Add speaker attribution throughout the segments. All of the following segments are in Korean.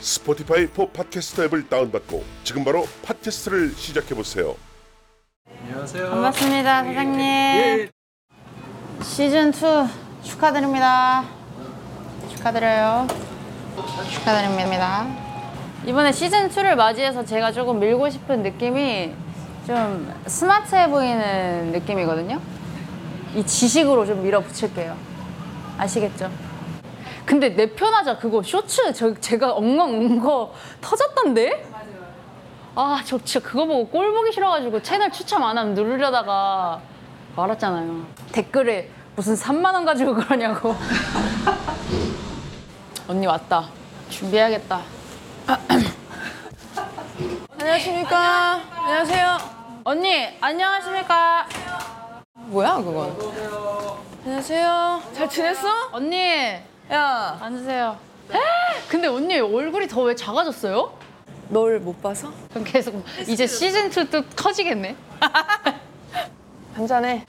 Speaker 1: 스포티파이 포 팟캐스터 앱을 다운받고 지금 바로 팟캐스트를 시작해 보세요.
Speaker 2: 안녕하세요. 예,
Speaker 3: 반갑습니다, 사장님. 시즌 2 축하드립니다. 축하드려요. 축하드립니다. 이번에 시즌 2를 맞이해서 제가 조금 밀고 싶은 느낌이 좀 스마트해 보이는 느낌이거든요. 이 지식으로 좀 밀어붙일게요. 아시겠죠? 근데 내 편하자 그거 쇼츠 저 제가 엉엉 운거 터졌던데? 아, 저 진짜 그거 보고 꼴 보기 싫어가지고 채널 추첨 안 하면 누르려다가 말았잖아요. 댓글에 무슨 3만 원 가지고 그러냐고. 언니 왔다. 준비해야겠다. 안녕하십니까. 안녕하세요. 언니, 안녕하십니까. 뭐야, 그건? 안녕하세요. 잘 지냈어? 언니,
Speaker 4: 야,
Speaker 3: 앉으세요. 에? 근데 언니 얼굴이 더 왜 작아졌어요?
Speaker 4: 널 못 봐서?
Speaker 3: 그럼 계속 이제 시즌 2도 커지겠네.
Speaker 4: 한잔해.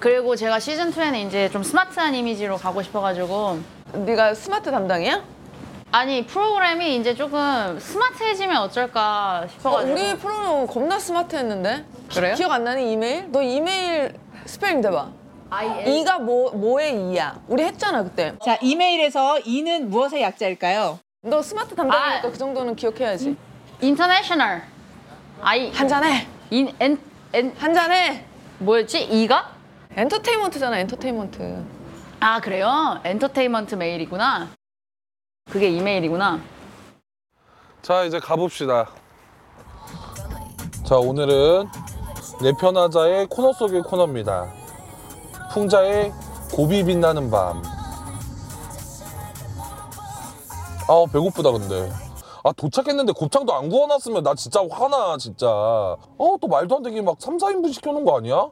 Speaker 3: 그리고 제가 시즌 2에는 이제 좀 스마트한 이미지로 가고 싶어가지고
Speaker 4: 네가 스마트 담당이야?
Speaker 3: 아니 프로그램이 이제 조금 스마트해지면 어쩔까
Speaker 4: 어,
Speaker 3: 싶어가지고
Speaker 4: 우리 프로는 겁나 스마트했는데.
Speaker 3: 그래요?
Speaker 4: 기억 안 나는 이메일? 너 이메일 스펠링 대봐. 이가 뭐 뭐의 이야? 우리 했잖아 그때.
Speaker 5: 자, 이메일에서 이는 무엇의 약자일까요?
Speaker 4: 너 스마트 담당이니까
Speaker 3: 아.
Speaker 4: 그 정도는 기억해야지.
Speaker 3: 인터내셔널 아이
Speaker 4: 한잔해.
Speaker 3: 인엔 엔
Speaker 4: 한잔해.
Speaker 3: 뭐였지 이가
Speaker 4: 엔터테인먼트잖아 엔터테인먼트.
Speaker 3: 아 그래요 엔터테인먼트 메일이구나 그게 이메일이구나
Speaker 6: 자 이제 가봅시다. 자 오늘은 내 편하자의 코너 속의 코너입니다. 풍자의 고비 빛나는 밤. 아 배고프다 근데. 아 도착했는데 곱창도 안 구워놨으면 나 진짜 화나 진짜. 어 또 말도 안 되게 막 3, 4인분 시켜놓은 거 아니야?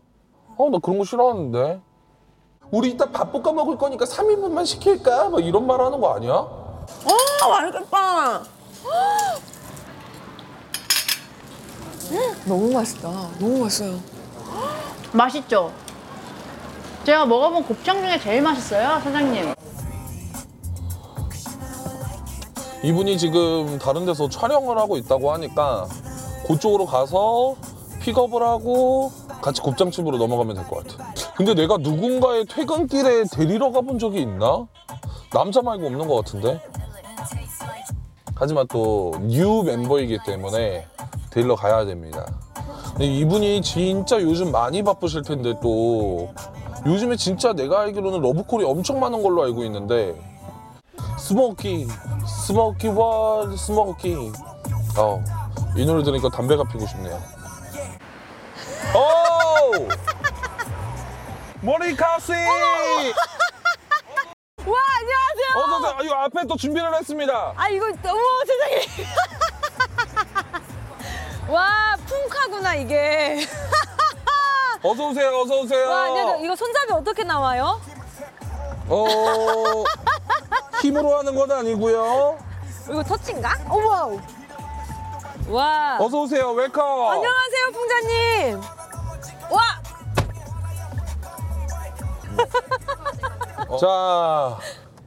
Speaker 6: 어나 그런 거 싫어하는데. 우리 이따 밥 볶아 먹을 거니까 3인분만 시킬까? 막 이런 말 하는 거 아니야?
Speaker 4: 아 맛있겠다. 너무 맛있다. 너무 맛있어요.
Speaker 3: 맛있죠 제가 먹어본 곱창 중에 제일 맛있어요 사장님
Speaker 6: 이분이 지금 다른 데서 촬영을 하고 있다고 하니까 그쪽으로 가서 픽업을 하고 같이 곱창집으로 넘어가면 될 것 같아. 근데 내가 누군가의 퇴근길에 데리러 가본 적이 있나? 남자 말고 없는 것 같은데. 하지만 또 뉴 멤버이기 때문에 데리러 가야 됩니다. 근데 이분이 진짜 요즘 많이 바쁘실 텐데 또 요즘에 진짜 내가 알기로는 러브콜이 엄청 많은 걸로 알고 있는데 스모키 스모키 월 스모키 어 이 노래 들으니까 담배가 피고 싶네요 오 모리카스 와 안녕하세요 어서 오세요 아 앞에 또 준비를 했습니다
Speaker 3: 아 이거 너무 세상에 와 품카구나 이게
Speaker 6: 어서 오세요 어서 오세요
Speaker 3: 이거 손잡이 어떻게 나와요?
Speaker 6: 어 힘으로 하는 건 아니고요
Speaker 3: 이거 터치인가? 어머! 와!
Speaker 6: 어서 오세요 웰컴
Speaker 3: 안녕하세요, 풍자님! 와!
Speaker 6: 어. 자,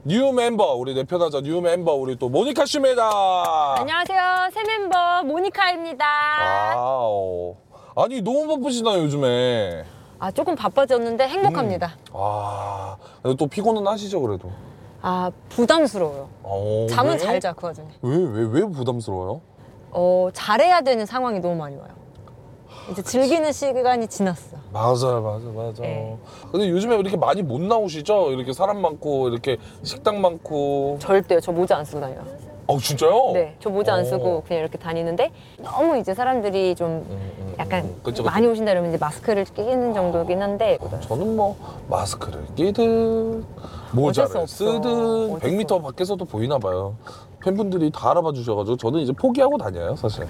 Speaker 6: 뉴 멤버 우리 내 편하자 뉴 멤버 우리 또 모니카 씨입니다.
Speaker 3: 안녕하세요, 새 멤버 모니카입니다.
Speaker 6: 아. 와우. 아니 너무 바쁘시나요 요즘에?
Speaker 7: 아, 조금 바빠졌는데 행복합니다.
Speaker 6: 아, 그래도 또 피곤은 하시죠 그래도.
Speaker 7: 아, 부담스러워요.
Speaker 6: 어,
Speaker 7: 잠은
Speaker 6: 왜?
Speaker 7: 잘 자, 그 와중에.
Speaker 6: 왜왜 왜 부담스러워요?
Speaker 7: 어, 잘해야 되는 상황이 너무 많이 와요. 이제 즐기는 시간이 지났어.
Speaker 6: 맞아요, 맞아요, 맞아.
Speaker 7: 네.
Speaker 6: 요 근데 요즘에 이렇게 많이 못 나오시죠? 이렇게 사람 많고 이렇게 식당 많고.
Speaker 7: 절대요. 저 모자 안 쓰고 다녀요.
Speaker 6: 어 진짜요?
Speaker 7: 네, 저 모자 안
Speaker 6: 어.
Speaker 7: 쓰고 그냥 이렇게 다니는데 너무 이제 사람들이 좀
Speaker 6: 음,
Speaker 7: 약간
Speaker 6: 그쵸, 그쵸.
Speaker 7: 많이 오신다 그러면 이제 마스크를 끼는 정도긴 한데
Speaker 6: 저는 뭐 마스크를 끼든
Speaker 7: 어쩔 수
Speaker 6: 모자를
Speaker 7: 없어.
Speaker 6: 쓰든
Speaker 7: 어쩔 수
Speaker 6: 100m 밖에서도 보이나 봐요. 팬분들이 다 알아봐 주셔가지고 저는 이제 포기하고 다녀요 사실.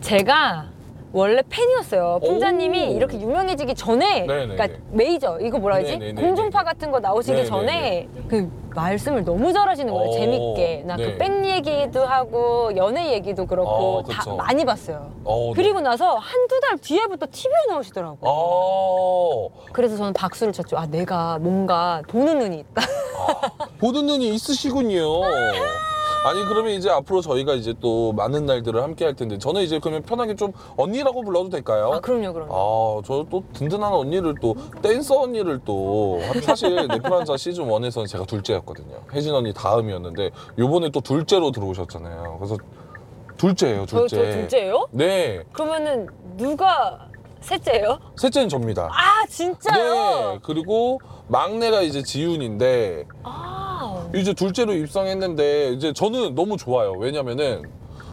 Speaker 8: 제가 원래 팬이었어요. 풍자님이
Speaker 6: 오.
Speaker 8: 이렇게 유명해지기 전에,
Speaker 6: 네네네.
Speaker 8: 그러니까 메이저 이거 뭐라 하지?
Speaker 6: 네네네네.
Speaker 8: 공중파 같은 거 나오시기
Speaker 6: 네네네.
Speaker 8: 전에 그 말씀을 너무 잘하시는 거예요.
Speaker 6: 오.
Speaker 8: 재밌게 나
Speaker 6: 네.
Speaker 8: 그 백 얘기도 하고 연애 얘기도 그렇고
Speaker 6: 어,
Speaker 8: 다
Speaker 6: 그쵸.
Speaker 8: 많이 봤어요.
Speaker 6: 어, 네.
Speaker 8: 그리고 나서 한두 달 뒤에부터 TV에 나오시더라고요.
Speaker 6: 어.
Speaker 8: 그래서 저는 박수를 쳤죠. 아 내가 뭔가 보는 눈이 있다.
Speaker 6: 보는 눈이 있으시군요. 아니 그러면 이제 앞으로 저희가 이제 또 많은 날들을 함께 할 텐데 저는 이제 그러면 편하게 좀 언니라고 불러도 될까요?
Speaker 8: 아 그럼요, 그럼요.
Speaker 6: 어? 아, 저 또 든든한 언니를 또 댄서 언니를 또 사실 네프란자 시즌 1에서는 제가 둘째였거든요. 혜진 언니 다음이었는데 요번에 또 둘째로 들어오셨잖아요. 그래서 둘째예요,
Speaker 8: 저희
Speaker 6: 둘째.
Speaker 8: 저 둘째예요?
Speaker 6: 네.
Speaker 8: 그러면은 누가 셋째예요?
Speaker 6: 셋째는 접니다.
Speaker 8: 아 진짜요?
Speaker 6: 네. 그리고 막내가 이제 지윤인데
Speaker 8: 아.
Speaker 6: 이제 둘째로 입성했는데 이제 저는 너무 좋아요. 왜냐면은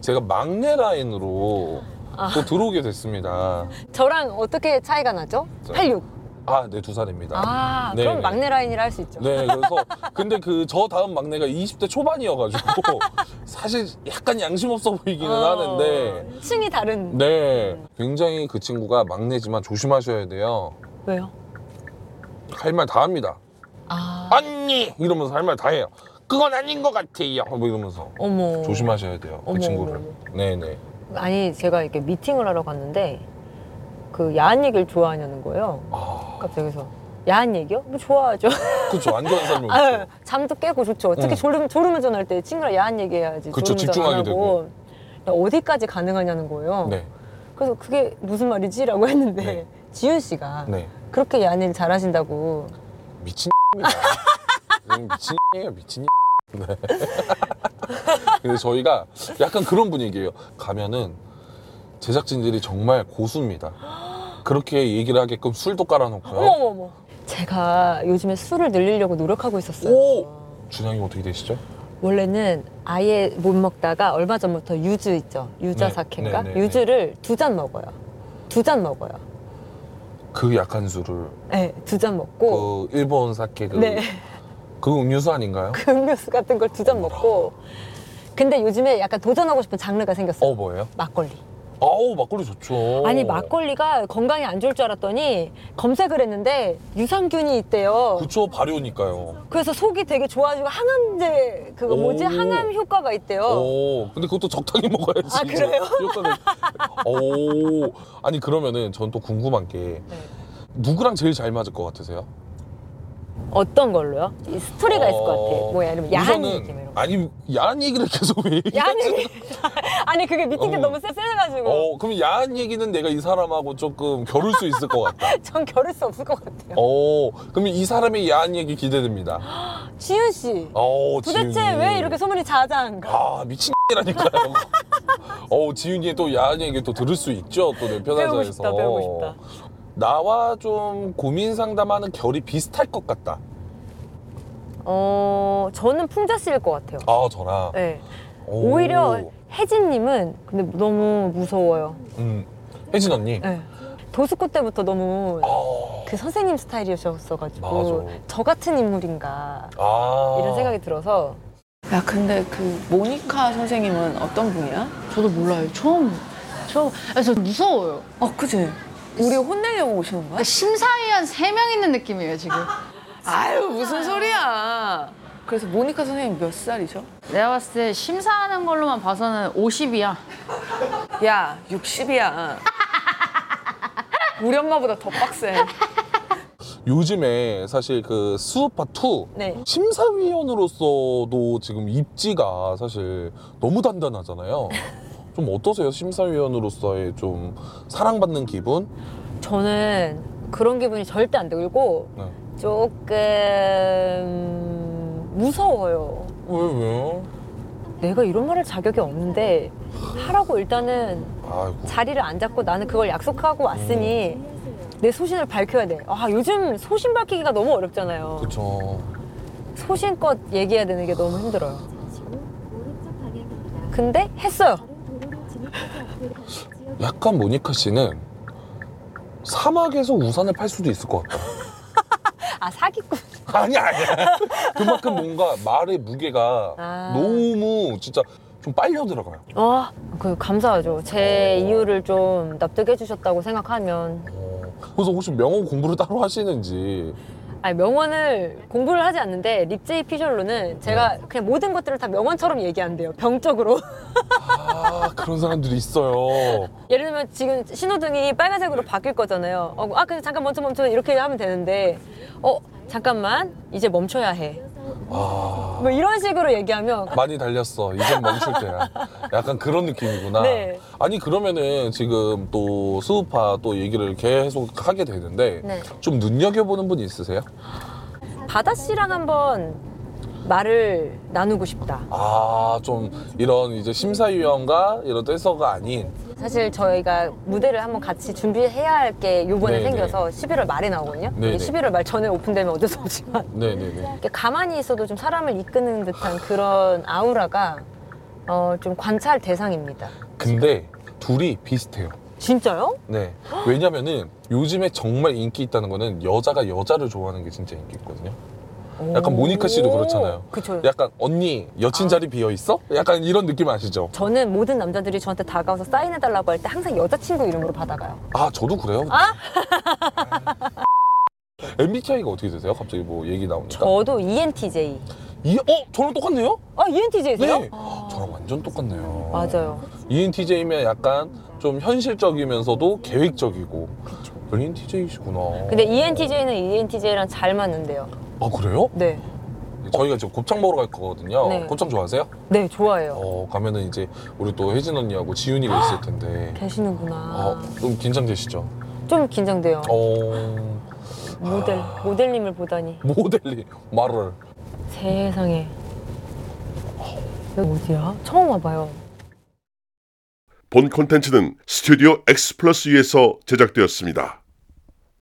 Speaker 6: 제가 막내 라인으로
Speaker 8: 아.
Speaker 6: 또 들어오게 됐습니다.
Speaker 8: 저랑 어떻게 차이가 나죠?
Speaker 6: 저-
Speaker 8: 86.
Speaker 6: 아, 네, 두 살입니다.
Speaker 8: 아,
Speaker 6: 네,
Speaker 8: 그럼
Speaker 6: 네.
Speaker 8: 막내 라인이라 할 수 있죠.
Speaker 6: 네, 그래서 근데 그 저 다음 막내가 20대 초반이어가지고 사실 약간 양심 없어 보이기는
Speaker 8: 어,
Speaker 6: 하는데
Speaker 8: 층이 다른.
Speaker 6: 네, 굉장히 그 친구가 막내지만 조심하셔야 돼요.
Speaker 8: 왜요?
Speaker 6: 할 말 다 합니다.
Speaker 8: 아.
Speaker 6: 언니 이러면서 할 말 다 해요. 그건 아닌 것 같아요. 뭐 이러면서
Speaker 8: 어머.
Speaker 6: 조심하셔야 돼요. 그
Speaker 8: 어머,
Speaker 6: 친구를.
Speaker 8: 어머,
Speaker 6: 네, 네.
Speaker 8: 아니, 제가 이렇게 미팅을 하러 갔는데 그 야한 얘기를 좋아하냐는 거예요.
Speaker 6: 아,
Speaker 8: 갑자기 그래서 야한 얘기요? 뭐 좋아하죠.
Speaker 6: 그렇죠. 안 좋은 사람이
Speaker 8: 아유,
Speaker 6: 없죠.
Speaker 8: 잠도 깨고 좋죠. 특히
Speaker 6: 응.
Speaker 8: 졸음, 졸음운전 할 때 친구랑 야한 얘기 해야지.
Speaker 6: 그쵸,
Speaker 8: 졸음운전 안
Speaker 6: 집중하게
Speaker 8: 하고. 야, 어디까지 가능하냐는 거예요.
Speaker 6: 네,
Speaker 8: 그래서 그게 무슨 말이지? 라고 했는데
Speaker 6: 네.
Speaker 8: 지윤 씨가
Speaker 6: 네.
Speaker 8: 그렇게 야한 일 잘하신다고
Speaker 6: 미친 입니다. 미친 이에요 미친 네. 근데 저희가 약간 그런 분위기예요. 가면은 제작진들이 정말 고수입니다. 그렇게 얘기를 하게끔 술도 깔아놓고요.
Speaker 8: 어머머머. 제가 요즘에 술을 늘리려고 노력하고 있었어요.
Speaker 6: 오! 준영이 어떻게 되시죠?
Speaker 8: 원래는 아예 못 먹다가 얼마 전부터 유주 있죠. 유자
Speaker 6: 네,
Speaker 8: 사케인가?
Speaker 6: 네, 네,
Speaker 8: 유주를 두 잔 먹어요. 두 잔 먹어요.
Speaker 6: 그 약한 술을
Speaker 8: 네, 두 잔 먹고
Speaker 6: 그 일본 사케 그,
Speaker 8: 네.
Speaker 6: 그 음료수 아닌가요?
Speaker 8: 그 음료수 같은 걸 두 잔 먹고 근데 요즘에 약간 도전하고 싶은 장르가 생겼어요.
Speaker 6: 어 뭐예요?
Speaker 8: 막걸리.
Speaker 6: 아우 막걸리 좋죠.
Speaker 8: 아니 막걸리가 건강에 안 좋을 줄 알았더니 검색을 했는데 유산균이 있대요.
Speaker 6: 그쵸 발효니까요.
Speaker 8: 그래서 속이 되게 좋아지고 항암제 그거 뭐지
Speaker 6: 오.
Speaker 8: 항암 효과가 있대요.
Speaker 6: 오, 근데 그것도 적당히 먹어야지.
Speaker 8: 어.
Speaker 6: 뭐
Speaker 8: 아, 그래요?
Speaker 6: 효과는. 오, 아니 그러면은 전 또 궁금한 게
Speaker 8: 네.
Speaker 6: 누구랑 제일 잘 맞을 것 같으세요?
Speaker 8: 어떤 걸로요? 이 스토리가 있을 것 같아.
Speaker 6: 어,
Speaker 8: 뭐야, 아니면 야한
Speaker 6: 우선은-
Speaker 8: 얘기 이런 거.
Speaker 6: 아니 야한 얘기를 계속 왜? 얘기하지?
Speaker 8: 야한 얘기. 아니 그게 미팅 때
Speaker 6: 어.
Speaker 8: 너무 쎄쎄해가지고
Speaker 6: 어, 그럼 야한 얘기는 내가 이 사람하고 조금 겨룰 수 있을 것 같다.
Speaker 8: 전 겨룰 수 없을 것 같아요.
Speaker 6: 어, 그럼 이 사람의 야한 얘기 기대됩니다.
Speaker 8: 지윤 씨,
Speaker 6: 어,
Speaker 8: 도대체
Speaker 6: 지윤이.
Speaker 8: 왜 이렇게 소문이 자자한가?
Speaker 6: 아 미친이라니까요. 어 지윤이 또 야한 얘기 또 들을 수 있죠. 또 내 편한
Speaker 8: 배우고
Speaker 6: 사에서.
Speaker 8: 싶다, 배우고 싶다.
Speaker 6: 나와 좀 고민 상담하는 결이 비슷할 것 같다.
Speaker 8: 어, 저는 풍자 씨일 것 같아요.
Speaker 6: 아 저랑
Speaker 8: 네.
Speaker 6: 오.
Speaker 8: 오히려 혜진님은 근데 너무 무서워요.
Speaker 6: 음, 혜진 언니.
Speaker 8: 네. 도스코 때부터 너무
Speaker 6: 아,
Speaker 8: 그 선생님 스타일이셨어가지고
Speaker 6: 맞아.
Speaker 8: 저 같은 인물인가
Speaker 6: 아.
Speaker 8: 이런 생각이 들어서
Speaker 5: 야, 근데 그 모니카 선생님은 어떤 분이야?
Speaker 3: 저도 몰라요. 처음, 처음. 아, 저 무서워요.
Speaker 4: 어, 그치. 우리 혼내려고 오시는 거야?
Speaker 3: 그러니까 심사위원 세 명 있는 느낌이에요, 지금.
Speaker 4: 아유, 무슨 소리야. 그래서 모니카 선생님 몇 살이셔?
Speaker 3: 내가 봤을 때 심사하는 걸로만 봐서는 50이야.
Speaker 4: 야, 60이야. 우리 엄마보다 더 빡세.
Speaker 6: 요즘에 사실 그 수우파 2
Speaker 8: 네.
Speaker 6: 심사위원으로서도 지금 입지가 사실 너무 단단하잖아요. 좀 어떠세요? 심사위원으로서의 좀 사랑받는 기분?
Speaker 8: 저는 그런 기분이 절대 안 들고
Speaker 6: 네.
Speaker 8: 조금 무서워요.
Speaker 6: 왜 왜요?
Speaker 8: 내가 이런 말할 자격이 없는데 하라고 일단은
Speaker 6: 아이고.
Speaker 8: 자리를 안 잡고 나는 그걸 약속하고 왔으니
Speaker 6: 음.
Speaker 8: 내 소신을 밝혀야 돼. 아 요즘 소신 밝히기가 너무 어렵잖아요.
Speaker 6: 그쵸.
Speaker 8: 소신껏 얘기해야 되는 게 너무 힘들어요. 근데 했어요.
Speaker 6: 약간 모니카 씨는 사막에서 우산을 팔 수도 있을 것 같다.
Speaker 8: 아 사기꾼.
Speaker 6: 아니 아니야. 그만큼 뭔가 말의 무게가 너무 진짜 좀 빨려 들어가요.
Speaker 8: 아, 그 감사하죠. 제 이유를 좀 납득해 주셨다고 생각하면
Speaker 6: 그래서 혹시 명호 공부를 따로 하시는지
Speaker 8: 아니 명언을 공부를 하지 않는데 립제이 피셜로는 제가
Speaker 6: 네.
Speaker 8: 그냥 모든 것들을 다 명언처럼 얘기한대요. 병적으로.
Speaker 6: 아 그런 사람들이 있어요.
Speaker 8: 예를 들면 지금 신호등이 빨간색으로 바뀔 거잖아요. 어, 아, 근데 잠깐 멈춰 멈춰 이렇게 하면 되는데, 어, 잠깐만 이제 멈춰야 해.
Speaker 6: 아
Speaker 8: 뭐 이런 식으로 얘기하면
Speaker 6: 많이 달렸어. 이젠 멈출 때야. 약간 그런 느낌이구나.
Speaker 8: 네.
Speaker 6: 아니 그러면은 지금 또 수우파 또 얘기를 계속 하게 되는데
Speaker 8: 네.
Speaker 6: 좀 눈여겨보는 분 있으세요?
Speaker 8: 바다 씨랑 한번 말을 나누고 싶다.
Speaker 6: 아, 좀 이런 이제 심사위원과 이런 댄서가 아닌
Speaker 8: 사실 저희가 무대를 한번 같이 준비해야 할 게 요번에
Speaker 6: 네,
Speaker 8: 생겨서 11월 말에 나오거든요.
Speaker 6: 네, 네.
Speaker 8: 11월 말 전에 오픈되면 어쩔 수 없지만
Speaker 6: 네네네.
Speaker 8: 이렇게 가만히 있어도 좀 사람을 이끄는 듯한 그런 아우라가 어, 좀 관찰 대상입니다.
Speaker 6: 근데 둘이 비슷해요.
Speaker 8: 진짜요?
Speaker 6: 네. 왜냐면은 요즘에 정말 인기 있다는 거는 여자가 여자를 좋아하는 게 진짜 인기 있거든요. 약간 모니카 씨도 그렇잖아요.
Speaker 8: 그쵸.
Speaker 6: 약간 언니 여친 자리 비어 있어? 약간 이런 느낌 아시죠?
Speaker 8: 저는 모든 남자들이 저한테 다가와서 사인해달라고 할 때 항상 여자친구 이름으로 받아가요.
Speaker 6: 아 저도 그래요. MBTI가 어떻게 되세요? 갑자기 뭐 얘기 나오니까.
Speaker 8: 저도 E ENTJ.
Speaker 6: 이, 어? 저랑 똑같네요?
Speaker 8: 아, ENTJ세요?
Speaker 6: 네. 저랑 완전 똑같네요.
Speaker 8: 맞아요.
Speaker 6: ENTJ면 약간 좀 현실적이면서도 계획적이고. 그쵸. ENTJ시구나.
Speaker 8: 근데 E ENTJ는 ENTJ랑 잘 맞는데요.
Speaker 6: 아, 그래요?
Speaker 8: 네.
Speaker 6: 저희가 지금 곱창 먹으러 갈 거거든요.
Speaker 8: 네.
Speaker 6: 곱창 좋아하세요?
Speaker 8: 네, 좋아해요.
Speaker 6: 어, 가면은 이제 우리 또 혜진 언니하고 지윤이가 있을 텐데.
Speaker 8: 계시는구나.
Speaker 6: 어, 좀 긴장되시죠?
Speaker 8: 좀 긴장돼요.
Speaker 6: 어,
Speaker 8: 모델, 모델님을 보다니.
Speaker 6: 모델이 말을.
Speaker 8: 세상에. 여기 어디야? 처음 와봐요.
Speaker 1: 본 콘텐츠는 스튜디오 X 플러스 위에서 제작되었습니다.